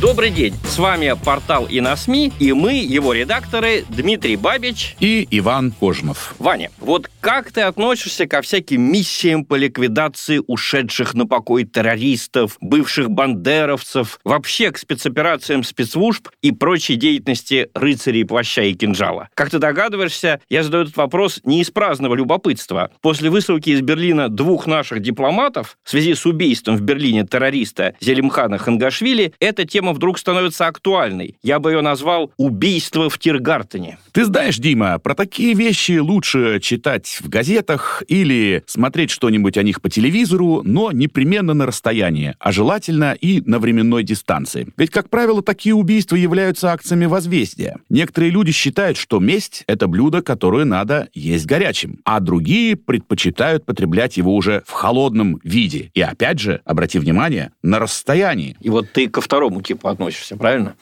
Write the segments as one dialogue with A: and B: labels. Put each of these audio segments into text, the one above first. A: Добрый день, с вами портал «Иносми» и мы, его редакторы Дмитрий Бабич.
B: и Иван Кожмов.
A: Ваня, вот как ты относишься ко всяким миссиям по ликвидации ушедших на покой террористов, бывших бандеровцев, вообще к спецоперациям спецслужб и прочей деятельности рыцарей плаща и кинжала? Как ты догадываешься, я задаю этот вопрос не из праздного любопытства. После высылки из Берлина двух наших дипломатов в связи с убийством в Берлине террориста Зелимхана Хангашвили эта тема вдруг становится актуальной. Я бы ее назвал «убийство в Тиргартене».
B: Ты знаешь, Дима, про такие вещи лучше читать в газетах или смотреть что-нибудь о них по телевизору, но непременно на расстоянии, а желательно и на временной дистанции. Ведь, как правило, такие убийства являются акциями возмездия. Некоторые люди считают, что месть — это блюдо, которое надо есть горячим, а другие предпочитают потреблять его уже в холодном виде. И опять же, обрати внимание, на расстоянии.
A: И вот ты ко второму типу относишься, правильно?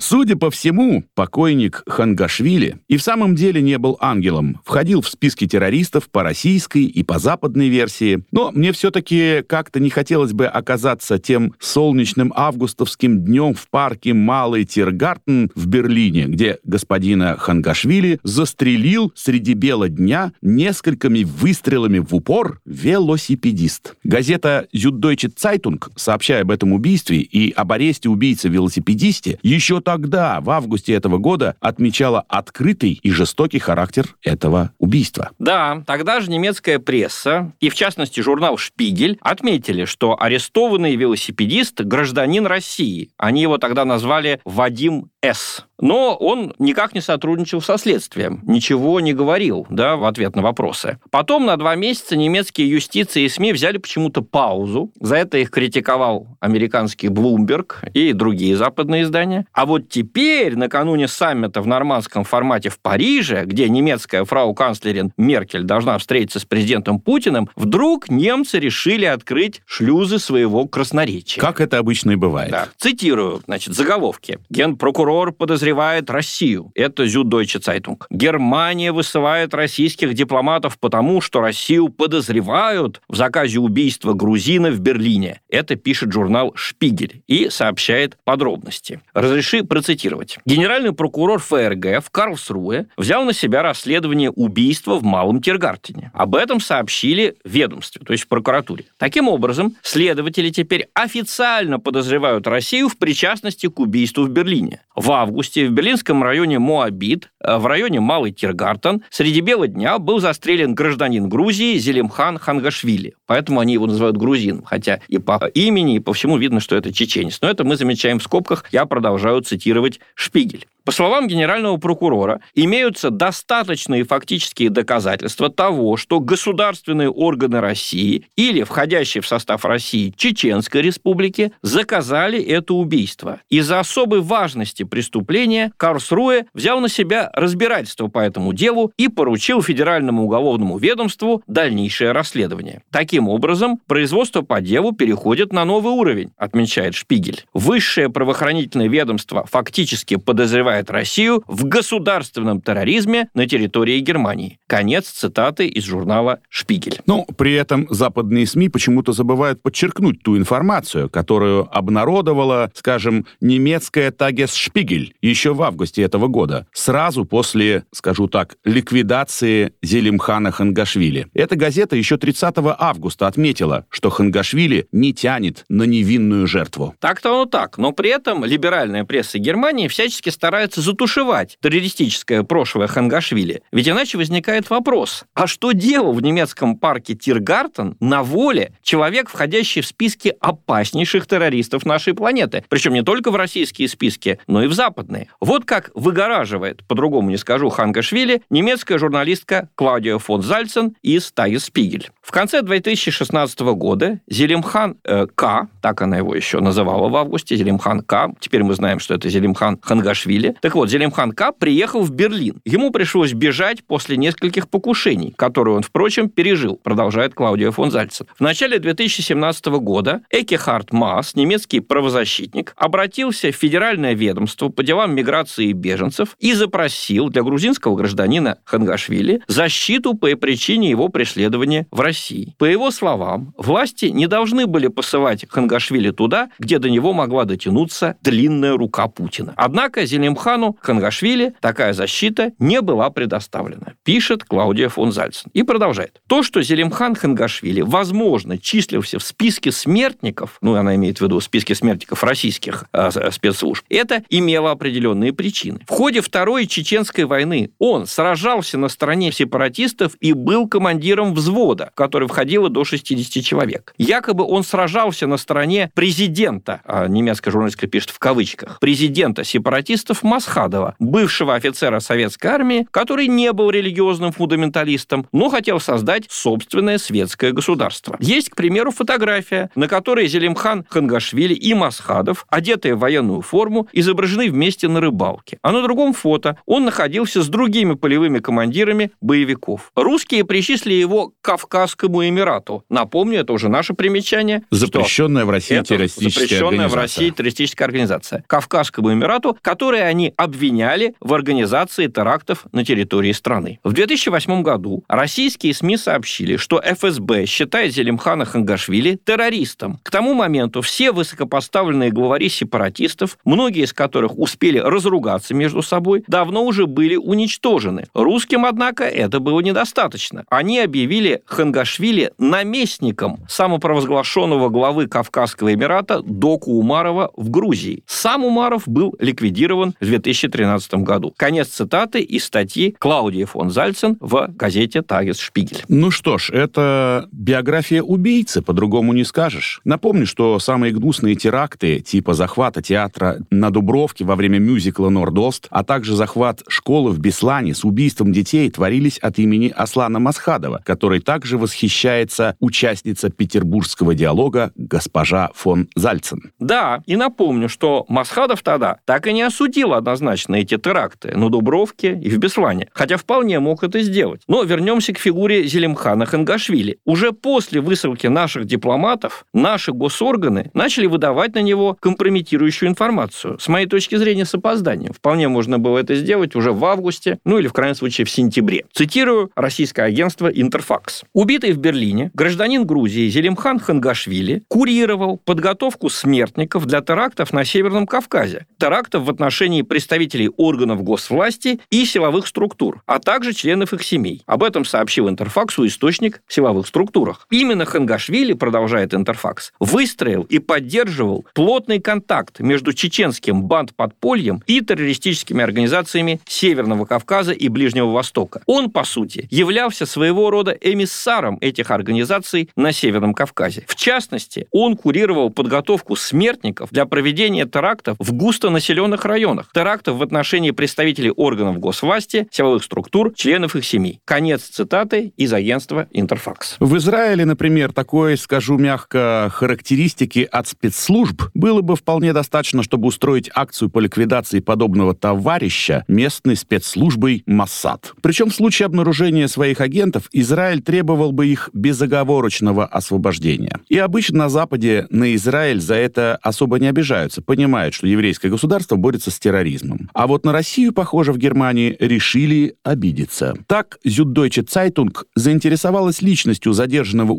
B: Судя по всему, покойник Хангашвили и в самом деле не был ангелом, входил в списки террористов по российской и по западной версии, но мне все-таки как-то не хотелось бы оказаться тем солнечным августовским днем в парке Малый Тиргартен в Берлине, где господина Хангашвили застрелил среди бела дня несколькими выстрелами в упор велосипедист. Газета «Зюддойче Цайтунг», сообщая об этом убийстве и об аресте убийцы-велосипедисте, еще тогда, в августе этого года, отмечала открытый и жестокий характер этого убийства.
A: Да, тогда же немецкая пресса, и в частности журнал «Шпигель», отметили, что арестованный велосипедист – гражданин России. Они его тогда назвали Вадим С. Но он никак не сотрудничал со следствием, ничего не говорил да, в ответ на вопросы. Потом на два месяца немецкие юстиции и СМИ взяли почему-то паузу. За это их критиковал американский Bloomberg и другие западные издания. А вот теперь, накануне саммита в нормандском формате в Париже, где немецкая фрау канцлерин Меркель должна встретиться с президентом Путиным, вдруг немцы решили открыть шлюзы своего красноречия.
B: Как это обычно и бывает.
A: Да. Цитирую, значит, заголовки. Генпрокурор подозревает Россию. Это Зюддойче Цайтунг. Германия высылает российских дипломатов потому, что Россию подозревают в заказе убийства грузина в Берлине. Это пишет журнал «Шпигель» и сообщает подробности. Разреши процитировать. Генеральный прокурор ФРГ в Карлсруе взял на себя расследование убийства в Малом Тиргартене. Об этом сообщили ведомстве, то есть в прокуратуре. Таким образом, следователи теперь официально подозревают Россию в причастности к убийству в Берлине. В августе в берлинском районе Моабит, э, в районе Малый Тиргартен, среди бела дня был застрелен гражданин Грузии Зелимхан Хангашвили. Поэтому они его называют грузином, хотя и по имени, и по всему видно, что это чеченец. Но это мы замечаем в скобках, я продолжаю цитировать Шпигель. По словам генерального прокурора, имеются достаточные фактические доказательства того, что государственные органы России или входящие в состав России Чеченской Республики заказали это убийство. Из-за особой важности преступления Карсруэ взял на себя разбирательство по этому делу и поручил Федеральному уголовному ведомству дальнейшее расследование. Таким образом, производство по делу переходит на новый уровень, отмечает Шпигель. Высшее правоохранительное ведомство фактически подозревает Россию в государственном терроризме на территории Германии. Конец цитаты из журнала «Шпигель».
B: Ну, при этом западные СМИ почему-то забывают подчеркнуть ту информацию, которую обнародовала, скажем, немецкая Тагес Шпигель еще в августе этого года, сразу после, скажу так, ликвидации Зелимхана Хангашвили. Эта газета еще 30 августа отметила, что Хангашвили не тянет на невинную жертву.
A: Так-то оно так, но при этом либеральная пресса Германии всячески старается затушевать террористическое прошлое Хангашвили. Ведь иначе возникает вопрос, а что делал в немецком парке Тиргартен на воле человек, входящий в списки опаснейших террористов нашей планеты? Причем не только в российские списки, но и в западные. Вот как выгораживает, по-другому не скажу, Хангашвили немецкая журналистка Клаудия фон Зальцен из Тайс Спигель. В конце 2016 года Зелимхан э, К, так она его еще называла в августе, Зелимхан К, теперь мы знаем, что это Зелимхан Хангашвили. Так вот, Зелимхан К приехал в Берлин. Ему пришлось бежать после нескольких покушений, которые он, впрочем, пережил, продолжает Клаудия фон Зальцев. В начале 2017 года Экехард Маас, немецкий правозащитник, обратился в Федеральное ведомство по делам миграции и беженцев и запросил для грузинского гражданина Хангашвили защиту по причине его преследования в России. По его словам, власти не должны были посылать Хангашвили туда, где до него могла дотянуться длинная рука Путина. Однако Зелимхану Хангашвили такая защита не была предоставлена, пишет Клаудия фон Зальцен. И продолжает. То, что Зелимхан Хангашвили, возможно, числился в списке смертников, ну, она имеет в виду в списке смертников российских э, э, спецслужб, это имело определенные причины. В ходе Второй Чеченской войны он сражался на стороне сепаратистов и был командиром взвода, в который входило до 60 человек. Якобы он сражался на стороне президента, а немецкая журналистка пишет в кавычках, президента сепаратистов Масхадова, бывшего офицера советской армии, который не был религиозным фундаменталистом, но хотел создать собственное светское государство. Есть, к примеру, фотография, на которой Зелимхан Хангашвили и Масхадов, одетые в военную форму, изображены вместе на рыбалке. А на другом фото он находился с другими полевыми командирами боевиков. Русские причислили его к Кавказскому Эмирату. Напомню, это уже наше примечание. что
B: Запрещенная в России
A: это
B: террористическая
A: запрещенная в
B: организация.
A: России террористическая организация. Кавказскому Эмирату, которые они обвиняли в организации терактов на территории страны. В 2008 году российские СМИ сообщили, что ФСБ считает Зелимхана Хангашвили террористом. К тому моменту все высокопоставленные главари сепаратистов, многие из которых успели разругаться между собой, давно уже были уничтожены. Русским, однако, это было недостаточно. Они объявили Хангашвили наместником самопровозглашенного главы Кавказского Эмирата Доку Умарова в Грузии. Сам Умаров был ликвидирован в 2013 году. Конец цитаты из статьи Клаудии фон Зальцен в газете «Тагес Шпигель».
B: Ну что ж, это биография убийцы, по-другому не скажешь. Напомню, что самые гнусные теракты типа захвата театра на Дубровке во время мюзикла «Нордост», а также захват школы в Беслане с убийством детей творились от имени Аслана Масхадова, который также восхищается участница петербургского диалога госпожа фон Зальцен.
A: Да, и напомню, что Масхадов тогда так и не осудил однозначно эти теракты на Дубровке и в Беслане, хотя вполне мог это сделать. Но вернемся к фигуре Зелимхана Хангашвили. Уже после высылки наших дипломатов наши госорганы начали выдавать на него компрометирующую информацию. С моей точки зрения, с опозданием. Вполне можно было это сделать уже в августе, ну или в крайнем случае в сентябре. Цитирую российское агентство «Интерфакс». Убитый в Берлине гражданин Грузии Зелимхан Хангашвили курировал подготовку смертников для терактов на Северном Кавказе, терактов в отношении представителей органов госвласти и силовых структур, а также членов их семей. Об этом сообщил Интерфаксу источник в силовых структурах. Именно Хангашвили, продолжает Интерфакс, выстроил и поддерживал плотный контакт между чеченским банд-подпольем и террористическими организациями Северного Кавказа и Ближнего Востока. Он, по сути, являлся своего рода эмиссаром этих организаций на Северном Кавказе. В частности, он курировал подготовку смертников для проведения терактов в густонаселенных районах, терактов в отношении представителей органов госвласти, силовых структур, членов их семей. Конец цитаты из агентства «Интерфакс».
B: В Израиле, например, такой, скажу мягко, характеристики от спецслужб было бы вполне достаточно, чтобы устроить акцию по ликвидации подобного товарища местной спецслужбой Моссад. Причем в случае обнаружения своих агентов Израиль требовал бы их безоговорочного освобождения. И обычно на Западе на Израиль за это особо не обижаются, понимают, что еврейское государство борется с терроризмом. А вот на Россию, похоже, в Германии решили обидеться. Так, Зюддойче Цайтунг заинтересовалась личностью задержанного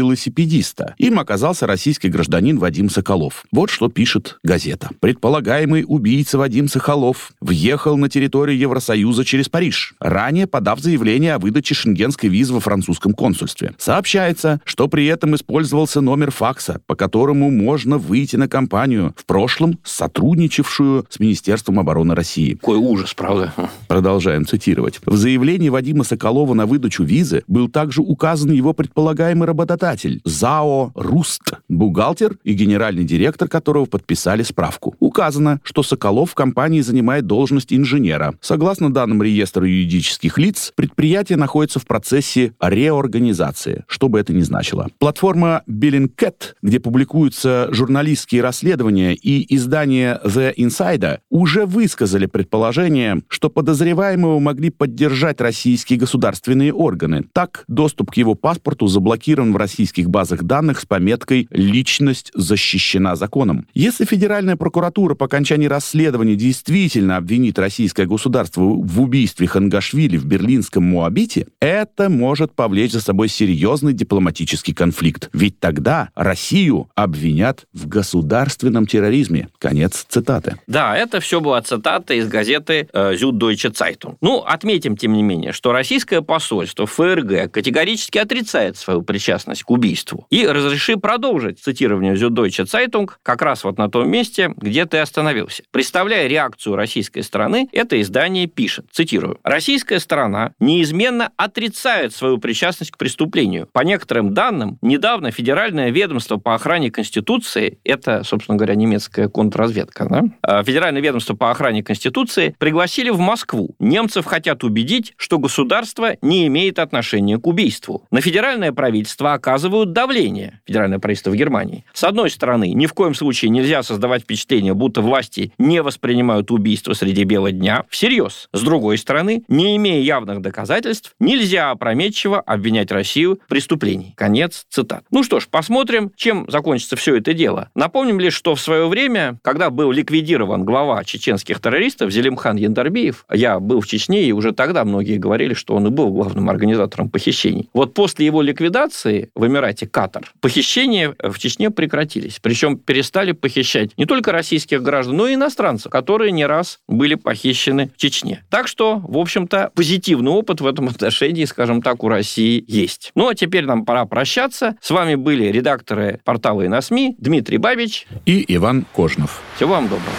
B: убийцы-велосипедиста. Им оказался российский гражданин Вадим Соколов. Вот что пишет газета. Предполагаемый убийца Вадим Соколов въехал на территорию Евросоюза через Париж, ранее подав заявление о выдаче шенгенской визы во французском консульстве. Сообщается, что при этом использовался номер факса, по которому можно выйти на компанию, в прошлом сотрудничавшую с Министерством обороны России.
A: Какой ужас, правда?
B: Продолжаем цитировать. В заявлении Вадима Соколова на выдачу визы был также указан его предполагаемый работодатель ЗАО «Руст», бухгалтер и генеральный директор которого подписали справку. Указано, что Соколов в компании занимает должность инженера. Согласно данным реестра юридических лиц, предприятие находится в процессе реорганизации организации, что бы это ни значило. Платформа Bellingcat, где публикуются журналистские расследования и издание The Insider, уже высказали предположение, что подозреваемого могли поддержать российские государственные органы. Так, доступ к его паспорту заблокирован в российских базах данных с пометкой «Личность защищена законом». Если Федеральная прокуратура по окончании расследования действительно обвинит российское государство в убийстве Хангашвили в берлинском Моабите, это может повлечь за собой серьезный дипломатический конфликт. Ведь тогда Россию обвинят в государственном терроризме. Конец цитаты.
A: Да, это все была цитата из газеты э, Süddeutsche Zeitung. Ну, отметим, тем не менее, что российское посольство ФРГ категорически отрицает свою причастность к убийству. И разреши продолжить цитирование Süddeutsche Zeitung как раз вот на том месте, где ты остановился. Представляя реакцию российской страны, это издание пишет, цитирую, «Российская сторона неизменно отрицает свою причастность к преступлению. По некоторым данным, недавно Федеральное ведомство по охране Конституции, это, собственно говоря, немецкая контрразведка, да, э, Федеральное ведомство по охране Конституции пригласили в Москву. Немцев хотят убедить, что государство не имеет отношения к убийству. На федеральное правительство оказывают давление, федеральное правительство в Германии. С одной стороны, ни в коем случае нельзя создавать впечатление, будто власти не воспринимают убийство среди бела дня всерьез. С другой стороны, не имея явных доказательств, нельзя опрометчиво обвинять Россию в преступлении. Конец цитат. Ну что ж, посмотрим, чем закончится все это дело. Напомним лишь, что в свое время, когда был ликвидирован глава чеченских террористов Зелимхан Яндарбиев, я был в Чечне, и уже тогда многие говорили, что он и был главным организатором похищений. Вот после его ликвидации в Эмирате Катар похищения в Чечне прекратились. Причем перестали похищать не только российских граждан, но и иностранцев, которые не раз были похищены в Чечне. Так что, в общем-то, позитивный опыт в этом отношении, скажем так, у России есть. Ну а теперь нам пора прощаться. С вами были редакторы портала и на СМИ Дмитрий Бабич.
B: И Иван Кожнов.
A: Всего вам доброго.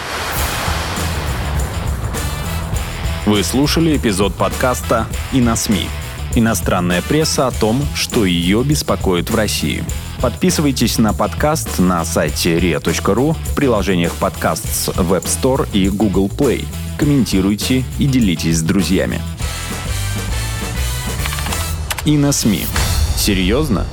C: Вы слушали эпизод подкаста «И на СМИ». Иностранная пресса о том, что ее беспокоит в России. Подписывайтесь на подкаст на сайте ria.ru, в приложениях подкаст с Web Store и Google Play. Комментируйте и делитесь с друзьями. И на СМИ. Серьезно?